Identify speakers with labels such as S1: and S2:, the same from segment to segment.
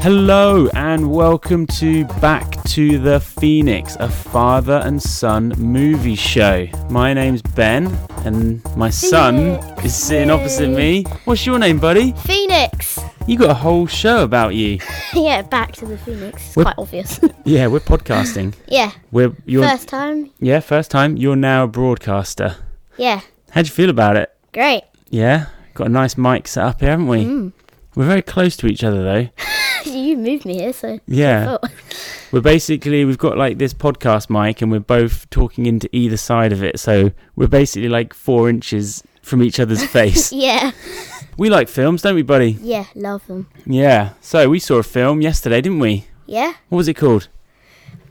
S1: Hello and welcome to Back to the Phoenix, a father and son movie show. My name's Ben and my son is sitting opposite me. What's your name, buddy?
S2: Phoenix.
S1: You got a whole show about you.
S2: yeah, back to the Phoenix. It's
S1: We're-
S2: quite obvious.
S1: Yeah, we're podcasting.
S2: yeah.
S1: We're you're
S2: First time.
S1: Yeah, first time. You're now a broadcaster.
S2: Yeah.
S1: How'd you feel about it?
S2: Great. Mm.
S1: Yeah. Got a nice mic set up here, haven't we?
S2: Mm-hmm.
S1: We're very close to each other though.
S2: you moved me here, so.
S1: Yeah.
S2: Oh.
S1: We're basically we've got like this podcast mic and we're both talking into either side of it, so we're basically like four inches from each other's face.
S2: Yeah.
S1: we like films, don't we, buddy?
S2: Yeah. Love them.
S1: Yeah. So we saw a film yesterday, didn't we?
S2: Yeah.
S1: What was it called?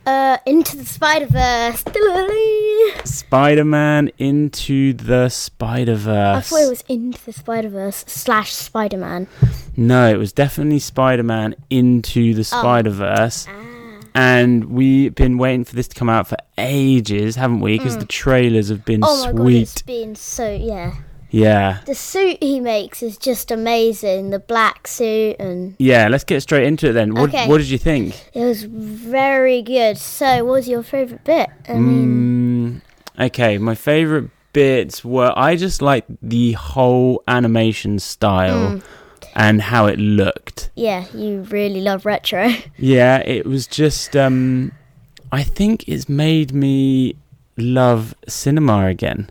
S2: Uh, into the Spider Verse. I
S1: Spider Man into the Spider Verse.
S2: thought it was into the Spider Verse slash Spider Man.
S1: No, it was definitely Spider Man into
S2: Oh.
S1: the Spider Verse.
S2: Ah.
S1: And we've been waiting for this to come out for ages, haven't we? Because the trailers have been
S2: Mm. Oh my god,
S1: sweet.
S2: it's been so yeah.
S1: yeah.
S2: The suit he makes is just amazing. The black suit and
S1: Yeah, let's get straight into it then. What,
S2: Okay.
S1: what did you think?
S2: it was very good. So, what was your favourite bit? I mean,
S1: Mm, okay, my favorite bits were I just liked the whole animation style and how it looked.
S2: mm, yeah, you really love retro.
S1: Yeah, it was just um I think it's made me love cinema again.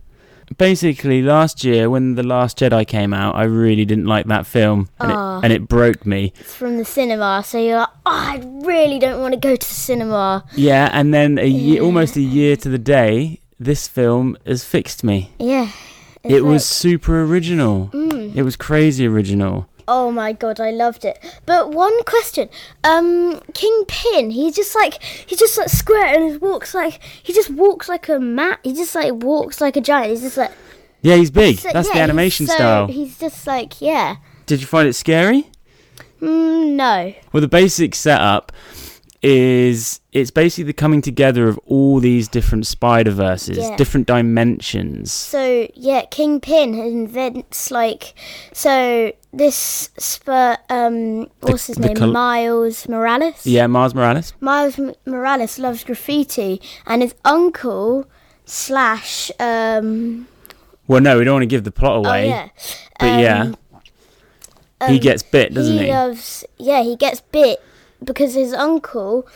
S1: Basically, last year when The Last Jedi came out, I really didn't like that film and,
S2: Aw.
S1: it, and it broke me.
S2: from the cinema, so you're like, oh, I really don't want to go to the cinema.
S1: Yeah, and then a year, almost a year to the day, this film has fixed me.
S2: Yeah. It's
S1: It was
S2: like, Mm.
S1: super original. It was crazy original.
S2: oh my god, I loved it. But one question, um, King Pin, he's just like he's just like square and he walks like he just walks like a mat. He just like walks like a giant. He's just like
S1: Yeah, he's big.
S2: so-
S1: That's
S2: yeah,
S1: the
S2: he's
S1: animation
S2: so-
S1: style.
S2: He's just like yeah.
S1: Did you find it scary?
S2: Mm, no.
S1: Well, the basic setup is it's basically the coming together of all these different Spider Verses,
S2: Yeah.
S1: different dimensions.
S2: So yeah, King Pin invents like so this spur um what's his
S1: the
S2: name
S1: col-
S2: Miles Morales.
S1: Yeah, Mars Morales.
S2: Miles M- Morales loves graffiti, and his uncle slash um
S1: Well, no, we don't want to give the plot
S2: oh
S1: away,
S2: yeah, um,
S1: but yeah, he gets bit, doesn't he?
S2: he uh, loves yeah he gets bit because his uncle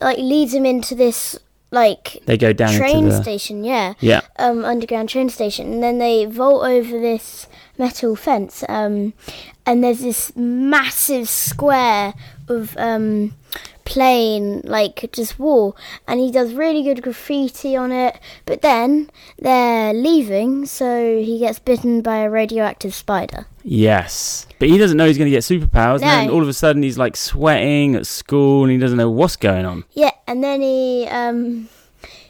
S2: like leads him into this like
S1: they go down
S2: train
S1: into the
S2: station yeah
S1: yeah,
S2: um underground train station and then they vault over this metal fence um and there's this massive square of um plain like just wall and he does really good graffiti on it but then they're leaving so he gets bitten by a radioactive spider
S1: yes. But he doesn't know he's going to get superpowers,
S2: No.
S1: and then all of a sudden he's like sweating at school, and he doesn't know what's going on.
S2: yeah and then he um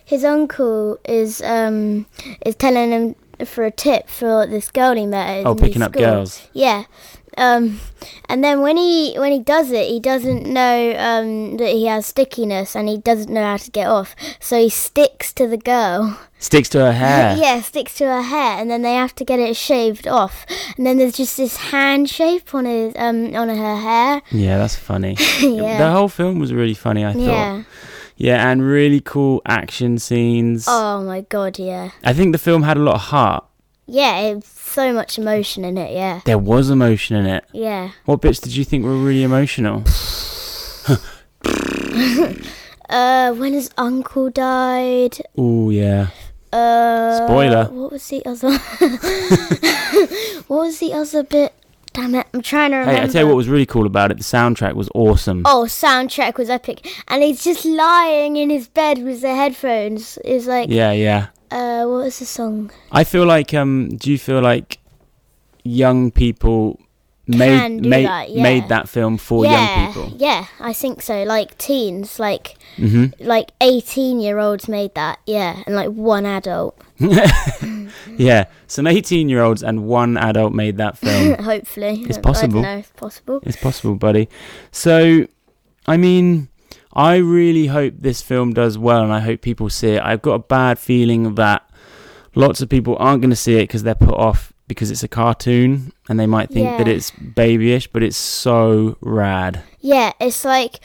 S2: his uncle is um is telling him for a tip for this girl he met at
S1: Oh,
S2: his new
S1: picking up
S2: school.
S1: girls.
S2: Yeah. Um, and then when he when he does it, he doesn't know um, that he has stickiness, and he doesn't know how to get off. So he sticks to the girl.
S1: Sticks to her hair.
S2: yeah, sticks to her hair, and then they have to get it shaved off. And then there's just this hand shape on his um on her hair.
S1: Yeah, that's funny. The
S2: yeah.
S1: whole film was really funny, I thought.
S2: Yeah.
S1: Yeah, and really cool action scenes.
S2: Oh my god. Yeah.
S1: I think the film had a lot of heart.
S2: Yeah. It's so much emotion in it. Yeah.
S1: There was emotion in it.
S2: Yeah.
S1: What bits did you think were really emotional?
S2: Uh, when his uncle died.
S1: Oh yeah,
S2: Uh,
S1: Spoiler.
S2: What was the other? what was the other bit? Damn it! I'm trying to remember.
S1: hey, I tell you what was really cool about it. The soundtrack was awesome.
S2: Oh, soundtrack was epic, and he's just lying in his bed with the headphones. It's like,
S1: Yeah, yeah.
S2: uh, what was the song?
S1: I feel like um, do you feel like young people made
S2: Can do
S1: made,
S2: that, yeah.
S1: made that film for
S2: yeah,
S1: young people?
S2: yeah, I think so. Like teens, like
S1: hmm
S2: like 18 year olds made that. Yeah, and like one adult,
S1: Yeah, some eighteen-year-olds and one adult made that film.
S2: hopefully.
S1: It's
S2: I
S1: possible.
S2: don't know if possible.
S1: It's possible, buddy. So, I mean, I really hope this film does well, and I hope people see it. I've got a bad feeling that lots of people aren't going to see it because they're put off because it's a cartoon and they might think that
S2: Yeah.
S1: it's babyish, but it's so rad.
S2: Yeah, it's like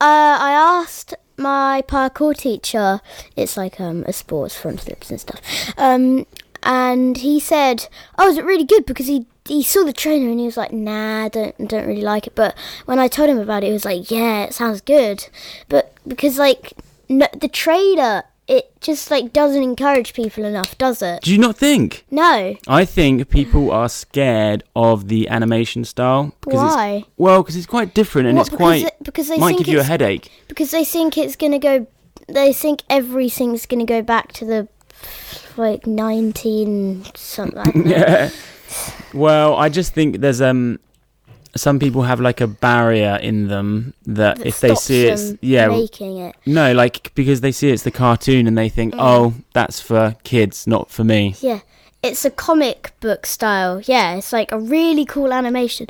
S2: uh, I asked my parkour teacher. It's like um, a sports front flips and stuff. Um, and he said, "Oh, is it really good?" Because he he saw the trainer and he was like, "Nah, I don't I don't really like it." But when I told him about it, he was like, "Yeah, it sounds good," but because like no, the trainer. It just like doesn't encourage people enough, does it?
S1: Do you not think?
S2: No.
S1: I think people are scared of the animation style because it's
S2: Why?
S1: well, because it's quite different and
S2: What,
S1: it's
S2: because
S1: quite
S2: it- because they
S1: might
S2: think
S1: give you a
S2: it's-
S1: headache.
S2: Because they think it's gonna go. They think everything's gonna go back to the like nineteen something. I don't know.
S1: Yeah. Well, I just think there's um some people have like a barrier in them that,
S2: That
S1: if they
S2: stops
S1: see it's
S2: them
S1: yeah
S2: making it.
S1: no like because they see it's the cartoon and they think oh that's for kids not for me.
S2: Yeah, it's a comic book style. Yeah, it's like a really cool animation.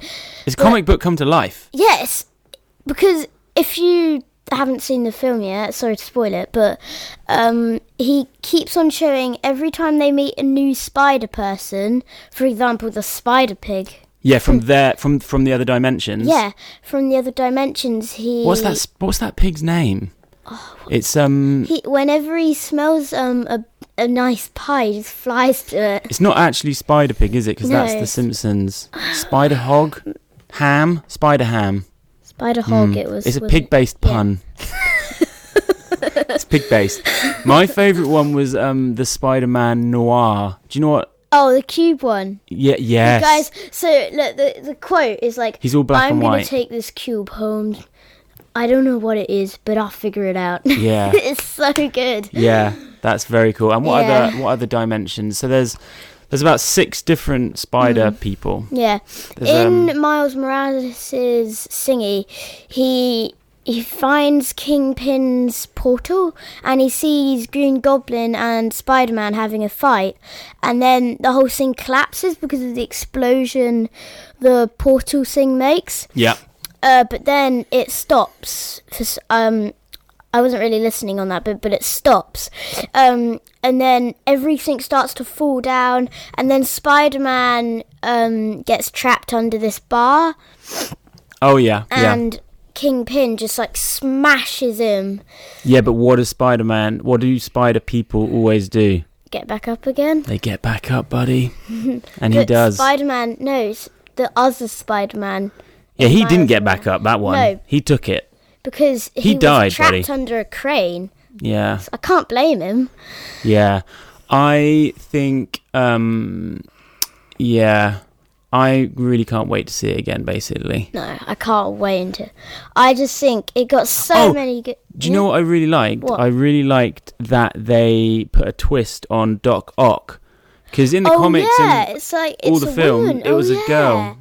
S1: It's comic book come to life.
S2: Yes, because if you haven't seen the film yet, sorry to spoil it, but um, he keeps on showing every time they meet a new spider person. For example, the spider pig.
S1: Yeah, from there from from the other dimensions.
S2: Hmm. Yeah, from the other dimensions. He
S1: What's that? s- What's that pig's name?
S2: Oh,
S1: It's um.
S2: He, whenever he smells um a, a nice pie, he just flies to it.
S1: It's not actually Spider Pig, is it? Because that's
S2: No.
S1: the Simpsons. Spider Hog, Ham, Spider Ham.
S2: Spider hog. It was.
S1: Hmm. It's a
S2: was it?
S1: pig based
S2: Yeah.
S1: pun. it's pig based. My favourite one was um the Spider Man Noir. Do you know what?
S2: Oh, the cube one.
S1: Yeah, yes.
S2: You guys, so look, the the quote is like.
S1: He's all black
S2: I'm
S1: and
S2: gonna
S1: white."
S2: take this cube home. I don't know what it is, but I'll figure it out.
S1: Yeah.
S2: it's so good.
S1: Yeah, that's very cool. And what
S2: Yeah.
S1: other what other dimensions? So there's there's about six different spider
S2: Mm.
S1: people.
S2: Yeah.
S1: There's,
S2: In
S1: um,
S2: Miles Morales' singy, he he finds Kingpin's portal and he sees Green Goblin and Spider Man having a fight, and then the whole thing collapses because of the explosion the portal thing makes.
S1: Yeah.
S2: Uh, but then it stops. For, s- um, I wasn't really listening on that bit, but it stops. Um, and then everything starts to fall down, and then Spider Man um, gets trapped under this bar,
S1: Oh yeah. yeah.
S2: and Kingpin just like smashes him.
S1: Yeah, but what does Spider Man what do spider people always do?
S2: Get back up again.
S1: They get back up, buddy. And he does.
S2: Spider Man knows the other Spider Man
S1: yeah, he didn't
S2: Miles
S1: get back up, that one.
S2: No.
S1: He took it.
S2: because he, was
S1: died,
S2: trapped
S1: buddy.
S2: under a crane.
S1: Yeah.
S2: I can't blame him.
S1: Yeah. I think um yeah. I really can't wait to see it again basically.
S2: No, I can't wait until. I just think it got so
S1: Oh,
S2: many good.
S1: Do you know what I really liked?
S2: What?
S1: I really liked that they put a twist on Doc Ock cuz in the
S2: oh,
S1: comics
S2: yeah,
S1: and
S2: it's like it's
S1: all the
S2: a
S1: film
S2: woman.
S1: it was
S2: oh,
S1: a girl.
S2: yeah.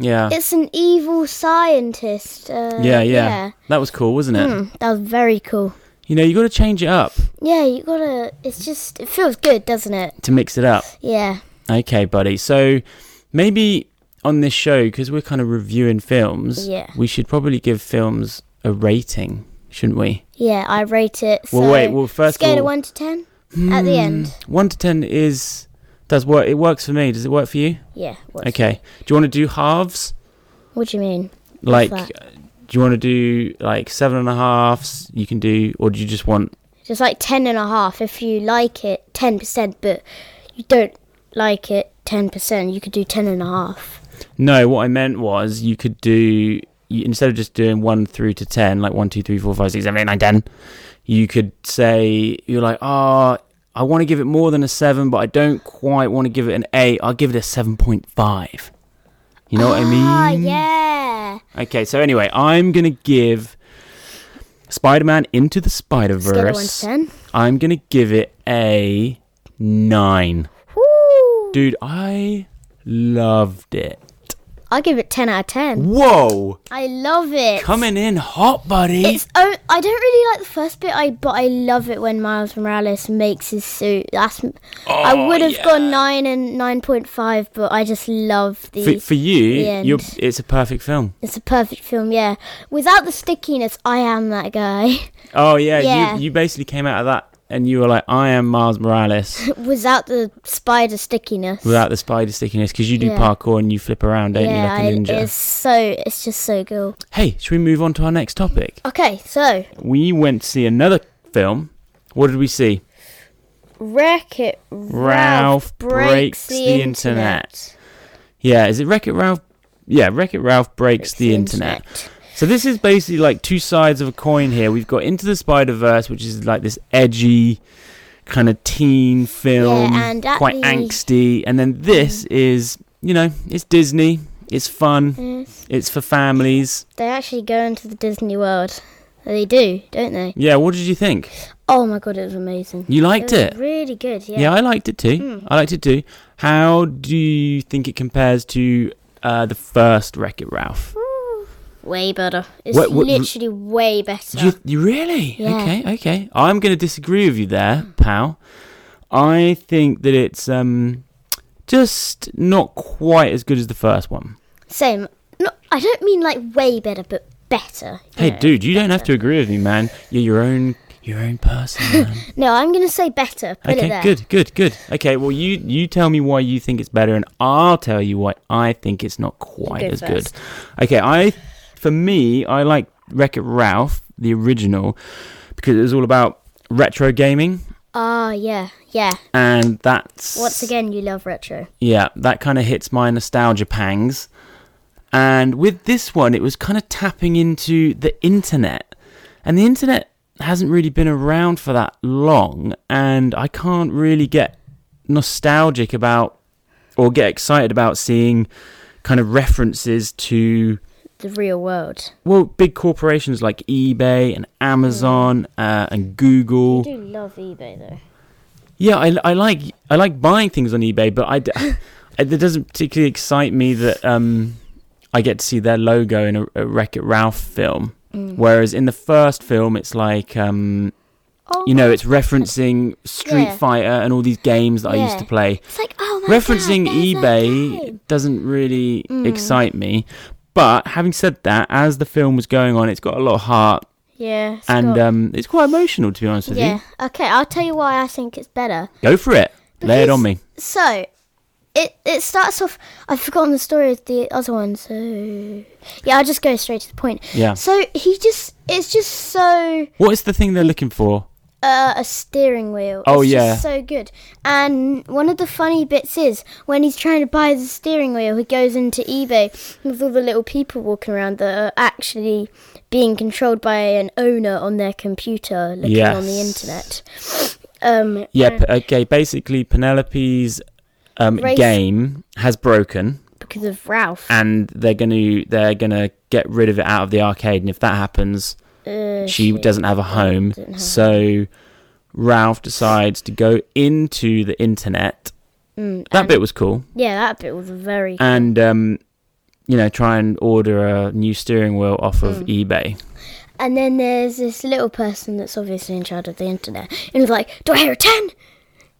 S1: Yeah.
S2: It's an evil scientist. Uh,
S1: yeah, yeah, That was cool, wasn't it?
S2: yeah. Mm, that was very cool.
S1: You know, you got to change it up
S2: Yeah, you gotta. It's just it feels good, doesn't it?
S1: to mix it up.
S2: Yeah,
S1: Okay, buddy. So maybe on this show, because we're kind of reviewing films,
S2: Yeah.
S1: we should probably give films a rating, shouldn't we?
S2: yeah. I rate it. So
S1: Well, wait. Well, first
S2: scale
S1: of
S2: of
S1: all, Hmm.
S2: one to ten at the end.
S1: one to ten is does work. It works for me. Does it work for you?
S2: Yeah. What's,
S1: Okay. Do you want to do halves?
S2: What do you mean?
S1: Like,
S2: that?
S1: uh, do you want to do like seven and a halves? You can do, or do you just want?
S2: Just like ten and a half. If you like it, ten percent. But you don't like it, ten percent. You could do ten and a half.
S1: No, what I meant was you could do you, instead of just doing one through to ten, like one, two, three, four, five, six, seven, eight, nine, ten. You could say you're like, ah, I want to give it more than a seven, but I don't quite want to give it an eight. I'll give it a seven point five. You know what I
S2: Ah,
S1: mean?
S2: yeah.
S1: Okay, so anyway, I'm gonna give Spider-Man Into the
S2: Scale of one to
S1: Spider-Verse.
S2: ten.
S1: I'm gonna give it a nine,
S2: Woo!
S1: dude. I loved it.
S2: I give it ten out of ten.
S1: Whoa.
S2: I love it.
S1: Coming in hot, buddy.
S2: It's oh, I don't really like the first bit. I but I love it when Miles Morales makes his suit. That's I
S1: Oh,
S2: would have gone nine and nine point five, but I just love the.
S1: for, for you,
S2: the end.
S1: you're, it's a perfect film.
S2: it's a perfect film. Yeah, without the stickiness, I am that guy.
S1: Oh yeah,
S2: Yeah.
S1: You, you basically came out of that and you were like, I am Mars Morales
S2: without the spider stickiness.
S1: without the spider stickiness because you do
S2: Yeah.
S1: parkour and you flip around, don't
S2: yeah, I-
S1: you, like a ninja?
S2: it's so it's just so cool.
S1: Hey, should we move on to our next topic?
S2: Okay, so
S1: We went to see another film. What did we see?
S2: Wreck It
S1: Ralph breaks the internet. Yeah, is it Wreck It Ralph? Yeah, Wreck It Ralph breaks, the, internet. So this is basically like two sides of a coin here. We've got Into the Spider Verse, which is like this edgy kind of teen film,
S2: Yeah, and at
S1: quite
S2: the-
S1: angsty, and then this is you know it's Disney, it's fun,
S2: Yes.
S1: it's for families.
S2: Mm. They actually go into the Disney World. They do, don't they?
S1: Yeah, what did you think?
S2: Oh my god, it was amazing.
S1: You liked
S2: it
S1: it?
S2: was really good. Yeah.
S1: Yeah. I liked it too. I liked it too. How do you think it compares to uh, the first Wreck It Ralph?
S2: Way better. It's
S1: What- what-
S2: literally way better.
S1: You, you really?
S2: Yeah. Hmm.
S1: Okay, okay. I'm going to disagree with you there, pal. I think that it's um just not quite as good as the first one.
S2: Same. No, I don't mean like way better, but better. you
S1: Hey,
S2: know.
S1: dude, you don't have to agree with me, man. You're your own your own person. Man.
S2: No, I'm gonna say better. Put it
S1: okay,
S2: there.
S1: good, good, good. Okay, well you you tell me why you think it's better, and I'll tell you why I think it's not quite
S2: go
S1: as good. Okay, I for me I like Wreck It Ralph the original because it was all about retro gaming.
S2: Ah, yeah, yeah.
S1: and that's
S2: Once again, you love retro.
S1: yeah that kind of hits my nostalgia pangs and with this one it was kind of tapping into the internet and the internet hasn't really been around for that long and i can't really get nostalgic about or get excited about seeing kind of references to
S2: The real world.
S1: well big corporations like ebay
S2: Mm.
S1: and amazon uh, and google
S2: do love eBay though.
S1: Yeah, I, I like I like buying things on eBay, but I d- it doesn't particularly excite me that um, I get to see their logo in a, a Wreck It Ralph film.
S2: Mm.
S1: Whereas in the first film, it's like um,
S2: Oh,
S1: you know, it's referencing Street
S2: Yeah.
S1: Fighter and all these games that I used
S2: Yeah.
S1: to play.
S2: it's like oh my
S1: Referencing
S2: God, there's that Mm. game.
S1: eBay doesn't really excite me. But having said that, as the film was going on, it's got a lot of heart
S2: Yeah. it's
S1: and
S2: got-
S1: um, it's quite emotional, to be honest with
S2: yeah.
S1: you.
S2: Okay, I'll tell you why I think it's better.
S1: Go for it. Lay it
S2: Because-
S1: on me.
S2: So, it it starts off. I've forgotten the story of the other one. So, yeah, I'll just go straight to the point.
S1: Yeah.
S2: So he just it's just so
S1: What is the thing they're looking for?
S2: uh, a steering wheel.
S1: Oh,
S2: it's
S1: yeah.
S2: just so good. And one of the funny bits is when he's trying to buy the steering wheel, he goes into eBay with all the little people walking around that are actually being controlled by an owner on their computer, looking on the
S1: Yes.
S2: internet. Um,
S1: Yeah, p- okay. Basically, Penelope's um,
S2: Race-
S1: game has broken,
S2: because of Ralph.
S1: and they're gonna they're gonna get rid of it out of the arcade. And if that happens,
S2: Uh,
S1: she doesn't have a home.
S2: doesn't have-
S1: So Ralph decides to go into the internet.
S2: Mm,
S1: That bit was cool,
S2: yeah, that bit was very.
S1: and um, you know, try and order a new steering wheel off of
S2: Mm.
S1: eBay.
S2: and then there's this little person that's obviously in charge of the internet, and he's like, "Do I hear a ten?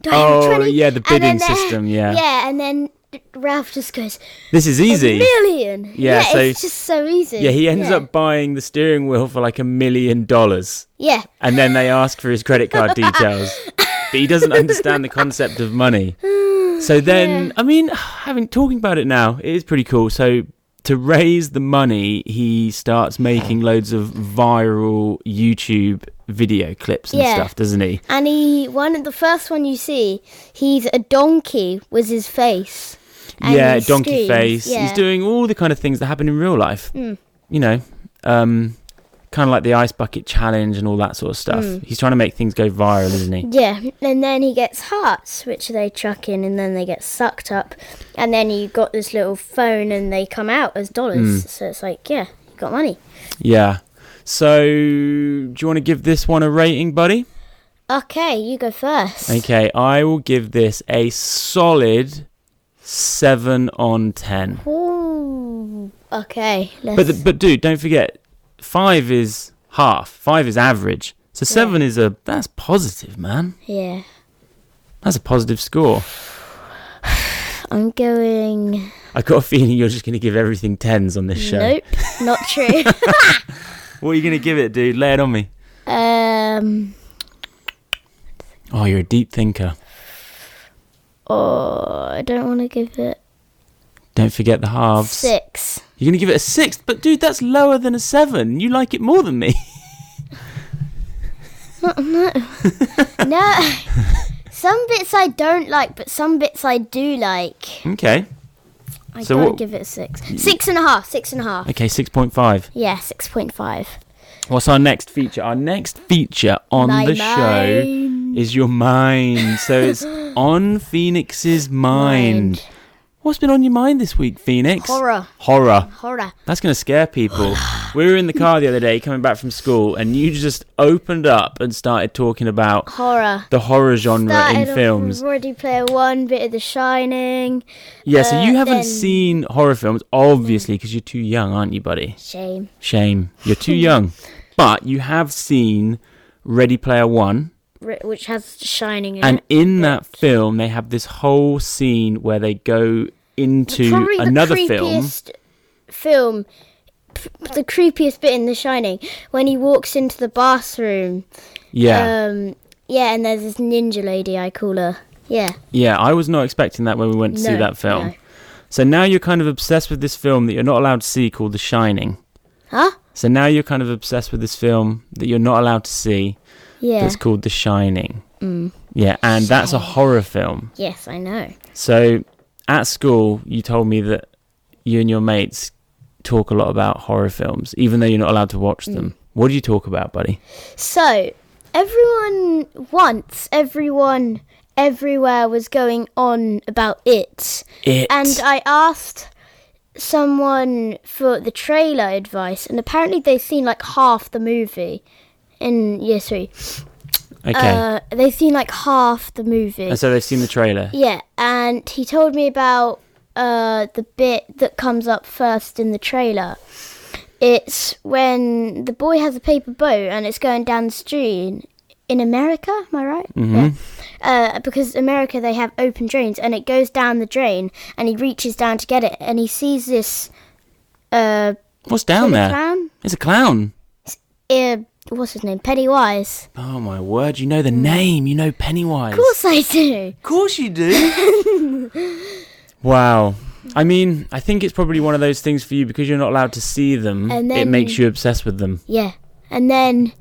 S2: Do I
S1: Oh,
S2: hear a 20?
S1: yeah, the
S2: And then
S1: bidding
S2: there-
S1: system, yeah.
S2: yeah, and then Ralph just goes,
S1: This is
S2: A
S1: easy.
S2: million.
S1: Yeah,
S2: Yeah,
S1: so-
S2: it's just so easy.
S1: Yeah, he ends
S2: Yeah.
S1: up buying the steering wheel for like a million dollars.
S2: Yeah,
S1: and then they ask for his credit card details. But he doesn't understand the concept of money. So then, I mean, having talking about it now, it is pretty cool. So to raise the money, he starts making loads of viral YouTube video clips and
S2: Yeah.
S1: stuff, doesn't he?
S2: and he one the first one you see, he's a donkey with his face. And
S1: yeah,
S2: he
S1: donkey
S2: screams.
S1: face. He's
S2: Yeah. Mm.
S1: doing all the kind of things that happen in real life. You know, um, kind of like the ice bucket challenge and all that sort of stuff.
S2: Mm.
S1: He's trying to make things go viral, isn't he?
S2: Yeah, and then he gets hearts, which they chuck in, and then they get sucked up, and then you got this little phone, and they come out as dollars.
S1: Hmm.
S2: So it's like, yeah, you got money.
S1: Yeah. So, do you want to give this one a rating, buddy?
S2: Okay, you go first.
S1: Okay, I will give this a solid 7 on 10.
S2: Ooh, okay. Let's,
S1: But the, but dude, don't forget 5 is half. 5 is average. So 7 is a that's positive, man.
S2: yeah,
S1: That's a positive score.
S2: I'm going.
S1: I got a feeling you're just going to give everything 10s on this show.
S2: Nope, not true.
S1: What are you going to give it, dude? Lay it on me.
S2: Um,
S1: Oh, you're a deep thinker.
S2: Oh, I don't want to give it
S1: Don't forget the halves.
S2: six.
S1: You're going to give it a six, but dude, that's lower than a seven. You like it more than me.
S2: no, some bits I don't like, but some bits I do like.
S1: okay.
S2: I
S1: So
S2: can't
S1: what-
S2: give it a six. Six and a half. Six and a half.
S1: Okay, 6.5.
S2: Yeah, six point five.
S1: What's our next feature? Our next feature on
S2: My
S1: the show is your mind. So it's on Phoenix's mind.
S2: Mind.
S1: What's been on your mind this week, Phoenix?
S2: Horror.
S1: Horror.
S2: Horror.
S1: That's going to scare people. we were in the car the other day coming back from school, and you just opened up and started talking about
S2: Horror.
S1: the horror genre
S2: Started
S1: in
S2: off
S1: films.
S2: with Ready Player One, bit of The Shining.
S1: Yeah, so
S2: uh,
S1: you haven't
S2: then-
S1: seen horror films, obviously, because you're too young, aren't you, buddy?
S2: Shame.
S1: Shame. You're too young. But you have seen Ready Player One.
S2: Ri- Which has The Shining in
S1: And
S2: it.
S1: in that film, they have this whole scene where they go into
S2: Probably
S1: another
S2: the
S1: film.
S2: creepiest film. p- The creepiest bit in The Shining when he walks into the bathroom.
S1: Yeah.
S2: Um, yeah, and there's this ninja lady, I call her. Yeah.
S1: yeah, I was not expecting that when we went to see
S2: No,
S1: that film.
S2: no.
S1: So now you're kind of obsessed with this film that you're not allowed to see called The Shining.
S2: Huh?
S1: So now you're kind of obsessed with this film that you're not allowed to see
S2: Yeah. Mm.
S1: that's called The Shining. Yeah, and that's a horror film.
S2: Yes, I know.
S1: So at school, you told me that you and your mates talk a lot about horror films, even though you're not allowed to watch
S2: Mm.
S1: them. What do you talk about, buddy?
S2: So, everyone once, everyone everywhere was going on about it.
S1: It.
S2: And I asked someone for the trailer advice, and apparently they've seen like half the movie in year three.
S1: okay.
S2: Uh, they've seen like half the movie.
S1: and so they've seen the trailer.
S2: Yeah, and he told me about uh, the bit that comes up first in the trailer. It's when the boy has a paper boat and it's going down the stream in America. Am I right?
S1: Mm-hmm.
S2: Yeah. Uh, because America they have open drains and it goes down the drain and he reaches down to get it and he sees this uh,
S1: What's down
S2: killer
S1: there?
S2: clown.
S1: It's a clown.
S2: Uh, what's his name? Pennywise.
S1: Oh my word! You know the name. You know Pennywise.
S2: Of Mm. course I do.
S1: Of course you do. wow. I mean, I think it's probably one of those things for you because you're not allowed to see them.
S2: And
S1: it
S2: then-
S1: makes you obsessed with them.
S2: Yeah, and then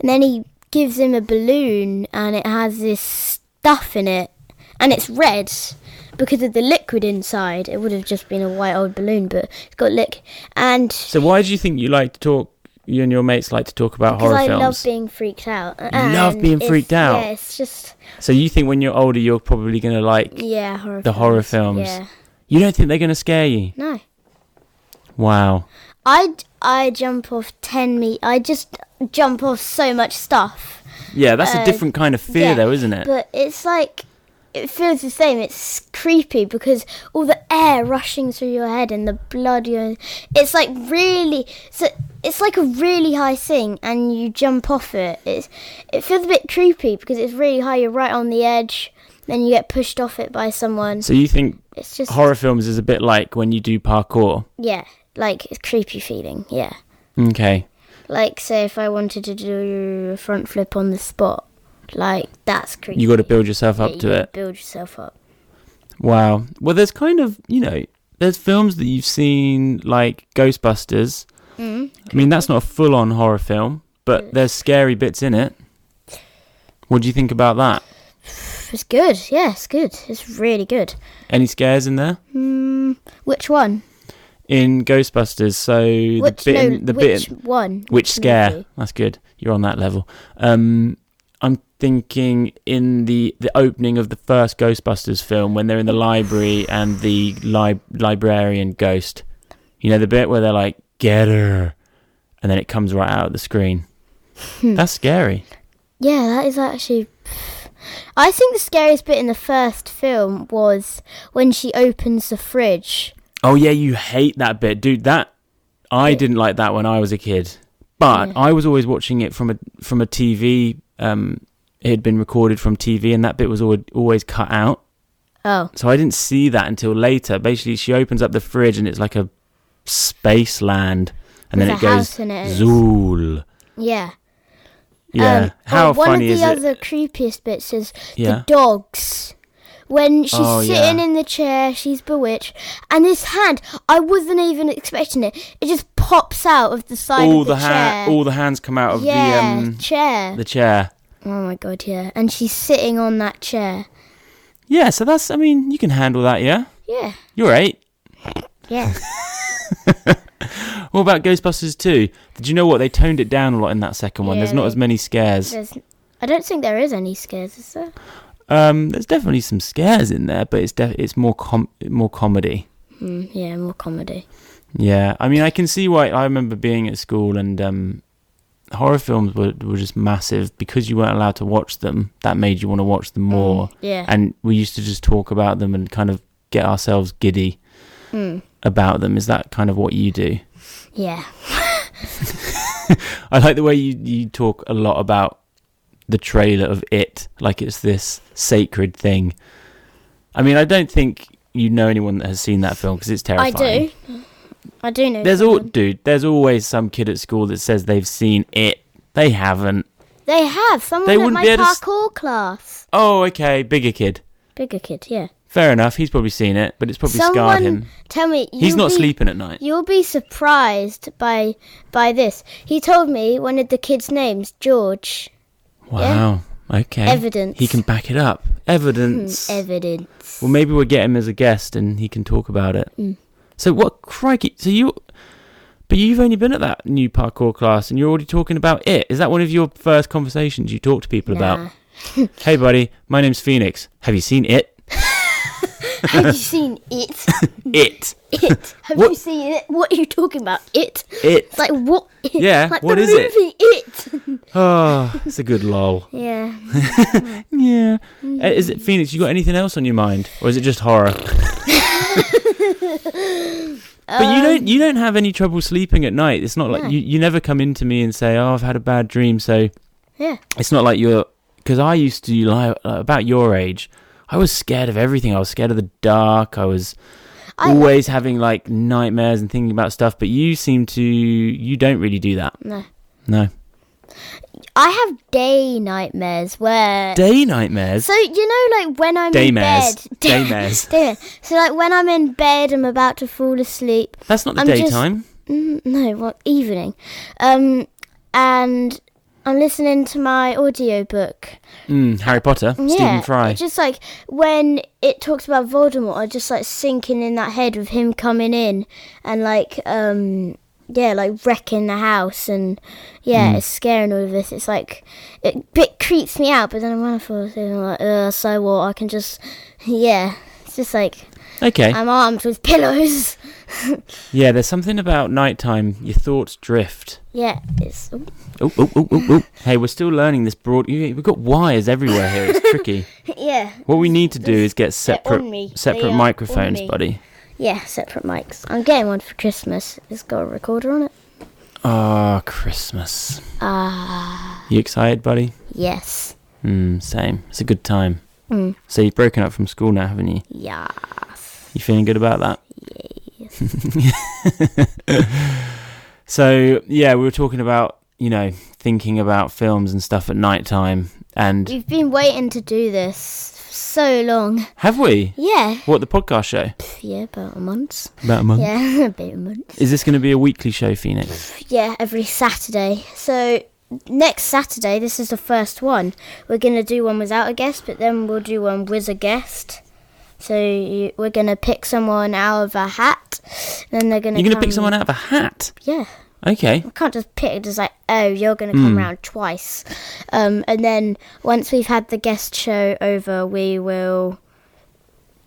S2: and then he gives him a balloon, and it has this stuff in it, and it's red because of the liquid inside. It would have just been a white old balloon, but it's got lick. And
S1: So why do you think you like to talk? You and your mates like to talk about
S2: because
S1: horror
S2: I
S1: films.
S2: love being freaked out.
S1: You love
S2: and
S1: being
S2: it's-
S1: freaked out.
S2: Yeah, it's just
S1: so you think when you're older, you're probably gonna like.
S2: yeah horror.
S1: The horror films.
S2: Yeah,
S1: You don't think they're gonna scare you?
S2: no,
S1: Wow.
S2: I I jump off ten meet. I just jump off so much stuff.
S1: Yeah, that's a
S2: Uh,
S1: different kind of fear,
S2: yeah,
S1: though, isn't it?
S2: But it's like it feels the same. It's creepy because all the air rushing through your head and the blood. You, it's like really. So it's like a really high thing, and you jump off it. It's it feels a bit creepy because it's really high. You're right on the edge, then you get pushed off it by someone.
S1: So you think
S2: It's just
S1: horror films is a bit like when you do parkour?
S2: yeah, like it's creepy feeling. Yeah,
S1: Okay.
S2: like say if I wanted to do a front flip on the spot, like that's creepy.
S1: You got to build yourself
S2: Yeah,
S1: up
S2: you
S1: to
S2: gotta
S1: it.
S2: Build yourself up.
S1: Wow. Well, there's kind of, you know, there's films that you've seen like Ghostbusters.
S2: Mm-hmm.
S1: I mean, that's not a full on horror film,
S2: Mm.
S1: but there's scary bits in it. What do you think about that?
S2: It's good. Yeah, it's good. It's really good. Um,
S1: Any scares in there?
S2: Which one?
S1: In Ghostbusters, so
S2: Which
S1: the bit,
S2: no,
S1: in, the bit,
S2: which one?
S1: Which scare?
S2: movie?
S1: That's good. You're on that level. Um, I'm thinking in the the opening of the first Ghostbusters film when they're in the library and the li- librarian ghost. You know the bit where they're like, "Get her," and then it comes right out of the screen. That's scary.
S2: Yeah, that is actually. I think the scariest bit in the first film was when she opens the fridge.
S1: Oh yeah, you hate that bit, dude. That I didn't like that when I was a kid, but I was always watching it from a from a TV. Um, it had been recorded from TV, and that bit was always, always cut out.
S2: Oh,
S1: So I didn't see that until later. Basically, she opens up the fridge and it's like a space land, and
S2: With
S1: then
S2: a
S1: it goes
S2: house in it.
S1: Zool,
S2: yeah.
S1: Yeah.
S2: Um,
S1: How
S2: oh, one
S1: funny
S2: of
S1: is
S2: the
S1: it?
S2: other creepiest bits is
S1: Yeah.
S2: the dogs. When she's
S1: Oh,
S2: sitting
S1: yeah.
S2: in the chair, she's bewitched, and this hand, I wasn't even expecting it. It just pops out of the side
S1: all
S2: of the,
S1: the, hand,
S2: chair.
S1: all the hands come out of the
S2: yeah,
S1: um,
S2: chair.
S1: the chair.
S2: oh my god, yeah. And she's sitting on that chair.
S1: Yeah. So that's. I mean, you can handle that. Yeah.
S2: Yeah,
S1: You're right.
S2: yeah.
S1: What about Ghostbusters 2? Did you know what? They toned it down a lot in that second one.
S2: Yeah,
S1: There's not
S2: they-
S1: as many scares.
S2: There's, I don't think there is any scares, is there?
S1: Um, there's definitely some scares in there, but it's def- it's more com- more comedy.
S2: Mm, yeah, more comedy.
S1: Yeah, I mean, I can see why. I remember being at school and um, horror films were were just massive because you weren't allowed to watch them. That made you want to watch them more,
S2: Yeah.
S1: and we used to just talk about them and kind of get ourselves giddy
S2: Mm,
S1: about them. Is that kind of what you do?
S2: yeah.
S1: I like the way you, you talk a lot about the trailer of it, like it's this sacred thing. I mean, I don't think you know anyone that has seen that film because it's
S2: I
S1: terrifying.
S2: do. I do know.
S1: There's all,
S2: someone.
S1: dude. There's always some kid at school that says they've seen it. They haven't.
S2: They have someone
S1: They
S2: at
S1: wouldn't
S2: my
S1: be able to s-
S2: parkour class.
S1: Oh, okay, bigger kid.
S2: Bigger kid, yeah.
S1: Fair enough. He's probably seen it, but it's probably scarred him.
S2: tell me
S1: He's
S2: you'll
S1: not
S2: be,
S1: sleeping at night.
S2: You'll be surprised by by this. He told me one of the kids' names, George.
S1: Wow. Okay.
S2: Evidence. Hmm,
S1: He can back it up. Evidence.
S2: Evidence.
S1: Well, maybe we'll get him as a guest and he can talk about it.
S2: Hmm.
S1: So what crikey? So you, but you've only been at that new parkour class and you're already talking about it. Is that one of your first conversations you talk to people
S2: Nah.
S1: about? Hey, buddy, my name's Phoenix. Have you seen it?
S2: Have you seen it?
S1: It.
S2: It. Have
S1: What-
S2: you seen it? What are you talking about? It.
S1: It.
S2: It's like what?
S1: Yeah,
S2: Like
S1: what
S2: the
S1: is it?
S2: movie it?
S1: Oh, it's a good lol.
S2: Yeah.
S1: Yeah.
S2: Mm.
S1: Uh, Is it Phoenix? You got anything else on your mind, or is it just horror? But you don't you don't have any trouble sleeping at night. It's not like
S2: Um. No.
S1: you, you never come into me and say, "Oh, I've had a bad dream." So
S2: Yeah.
S1: it's not like you're because I used to like uh, about your age. I was scared of everything. I was scared of the dark. I was
S2: I-
S1: always having like nightmares and thinking about stuff. But you seem to you don't really do that.
S2: No.
S1: No
S2: I have day nightmares where
S1: day nightmares.
S2: So you know, like when I'm
S1: Daymares.
S2: in bed,
S1: Daymares.
S2: Daymares. So like when I'm in bed, I'm about to fall asleep.
S1: That's not the
S2: I'm just-
S1: daytime.
S2: Mm, no, what evening? Um, and I'm listening to my audiobook.
S1: Mm, Harry Potter. Stephen Fry.
S2: it's Just like when it talks about Voldemort, I just like sinking in that head with him coming in and like um yeah, like wrecking the house and yeah,
S1: Hmm.
S2: it's scary and all of this. It's like it bit creeps me out, but then when I fall asleep, I'm like, uh, so what? I can just yeah. It's just like
S1: okay.
S2: I'm armed with pillows.
S1: yeah, there's something about nighttime. Your thoughts drift.
S2: Yeah, it's ooh,
S1: Oh, oh, oh, oh, oh. Hey, we're still learning this broad. you- We've got wires everywhere here. It's tricky.
S2: yeah,
S1: What we need to do is get
S2: on me.
S1: separate
S2: They are
S1: separate
S2: on
S1: microphones,
S2: me.
S1: buddy.
S2: yeah. Separate mics. I'm getting one for Christmas. It's got a recorder on it.
S1: Ah, Christmas.
S2: Ah,
S1: You excited, buddy?
S2: yes,
S1: Hmm, same. It's a good time.
S2: Mm.
S1: So you've broken up from school now, haven't you?
S2: yeah.
S1: You feeling good about that? so yeah, we were talking about you know thinking about films and stuff at night time, and
S2: We've been waiting to do this for so long.
S1: have we?
S2: Yeah.
S1: What the podcast show?
S2: Pff, Yeah, about a month.
S1: About a month.
S2: Yeah, about a month.
S1: Is this going to be a weekly show, Phoenix?
S2: Yeah, every Saturday. So next Saturday, this is the first one. We're gonna do one without a guest, but then we'll do one with a guest. So you, we're gonna pick someone out of a hat, then they're gonna.
S1: You're going to
S2: come-
S1: pick someone out of a hat.
S2: Yeah,
S1: Okay.
S2: I can't just pick. Just like, oh, you're gonna
S1: Hmm.
S2: come round twice, um, and then once we've had the guest show over, we will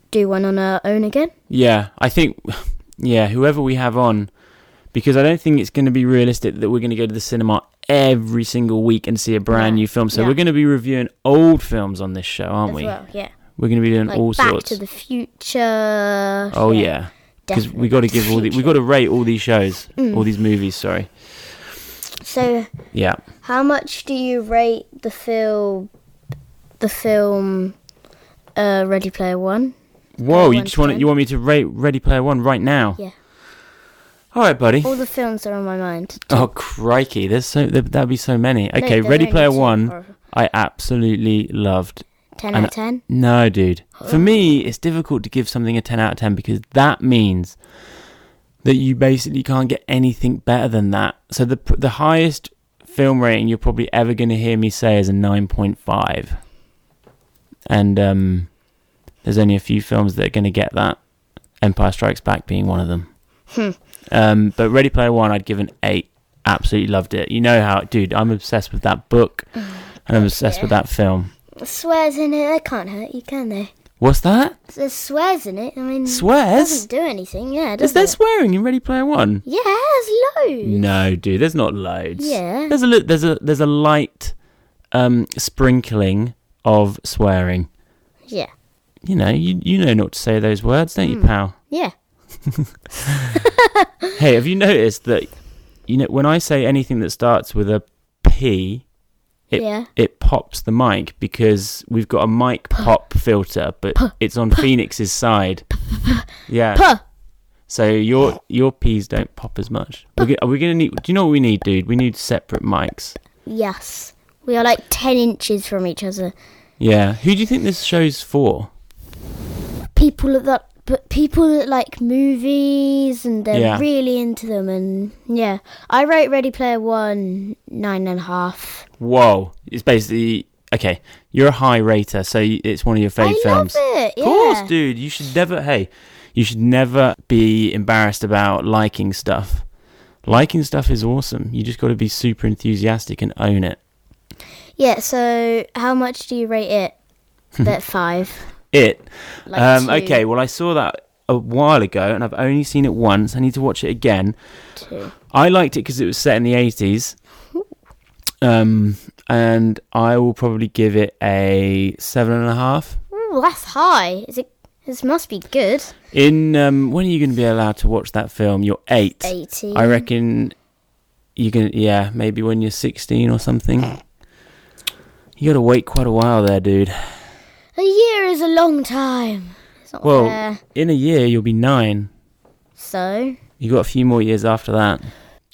S2: do one on our own again.
S1: Yeah, I think. Yeah, whoever we have on, because I don't think it's going to be realistic that we're going to go to the cinema every single week and see a brand
S2: No,
S1: new film. So
S2: no.
S1: we're going to be reviewing old films on this show, aren't
S2: as
S1: we?
S2: well. Yeah,
S1: We're going to be doing
S2: like
S1: all
S2: Back
S1: sorts.
S2: to the Future.
S1: oh yeah, because we got to give all the we got to rate all these shows,
S2: Mm.
S1: all these movies. Sorry.
S2: So,
S1: Yeah.
S2: how much do you rate the film? The film, uh, Ready Player One.
S1: Whoa,
S2: Go
S1: you
S2: on,
S1: just want
S2: Jen.
S1: you want me to rate Ready Player One right now?
S2: Yeah.
S1: All right, buddy.
S2: All the films are on my mind.
S1: Oh crikey, there's so there, that'd be so many. Okay,
S2: they're
S1: Ready
S2: only
S1: Player
S2: two
S1: One.
S2: or
S1: I absolutely loved.
S2: Ten
S1: And-
S2: out of ten.
S1: No, dude. For me, it's difficult to give something a ten out of ten because that means that you basically can't get anything better than that. So the pr- the highest film rating you're probably ever going to hear me say is a nine point five, and um, there's only a few films that are going to get that. Empire Strikes Back being one of them. um, but Ready Player One, I'd give an eight. Absolutely loved it. You know how, dude? I'm obsessed with that book, and I'm obsessed with that film.
S2: Swears in it. That can't hurt you, can they?
S1: What's that?
S2: There's swears in it. I mean,
S1: Swears?
S2: doesn't do anything. Yeah,
S1: Is
S2: does
S1: there
S2: it?
S1: swearing in Ready Player One?
S2: Yeah, there's loads.
S1: No, dude. There's not loads.
S2: Yeah.
S1: There's a li- there's a there's a light um, sprinkling of swearing.
S2: Yeah,
S1: You know, you you know not to say those words, don't you,
S2: Hmm.
S1: pal?
S2: yeah.
S1: Hey, have you noticed that? You know, when I say anything that starts with a P, it
S2: Yeah.
S1: it pops the mic because we've got a mic pop filter, but it's on Phoenix's side. Yeah.
S2: Puh.
S1: So your your peas don't pop as much. We're go- are we gonna need? Do you know what we need, dude? We need separate mics.
S2: Yes, we are like ten inches from each other.
S1: Yeah. Who do you think this show's for?
S2: People that but people that like movies and they're
S1: Yeah.
S2: really into them and yeah. I rate Ready Player One nine and a half.
S1: Whoa! It's basically okay. You're a high rater, so y- it's one of your fave
S2: I
S1: films.
S2: love it. Yeah.
S1: Of course, dude. You should never. Hey, you should never be embarrassed about liking stuff. Liking stuff is awesome. You just got to be super enthusiastic and own it.
S2: Yeah. So how much do you rate it? At five.
S1: It.
S2: Like
S1: um,
S2: two.
S1: okay. Well, I saw that a while ago, and I've only seen it once. I need to watch it again.
S2: Two.
S1: I liked it because it was set in the eighties. Um, and I will probably give it a seven and a half.
S2: Ooh, that's high. Is it? This must be good.
S1: In um, when are you going to be allowed to watch that film? You're eight.
S2: Eighty.
S1: I reckon you can. Yeah, maybe when you're sixteen or something. You got to wait quite a while there, dude.
S2: A year is a long time. It's not
S1: Well,
S2: fair.
S1: in a year you'll be nine.
S2: So
S1: You got a few more years after that.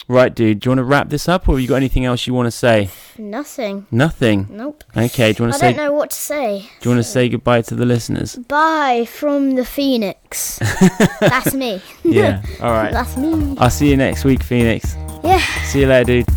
S1: Right, dude. Do you want to wrap this up, or have you got anything else you want to say?
S2: nothing.
S1: Nothing.
S2: Nope.
S1: Okay. Do you want
S2: I
S1: to say?
S2: don't
S1: Do
S2: know what to say.
S1: you want to say goodbye to the listeners?
S2: Bye from the Phoenix. That's me.
S1: yeah. All right.
S2: That's me.
S1: I'll see you next week, Phoenix.
S2: Yeah.
S1: See you later, dude.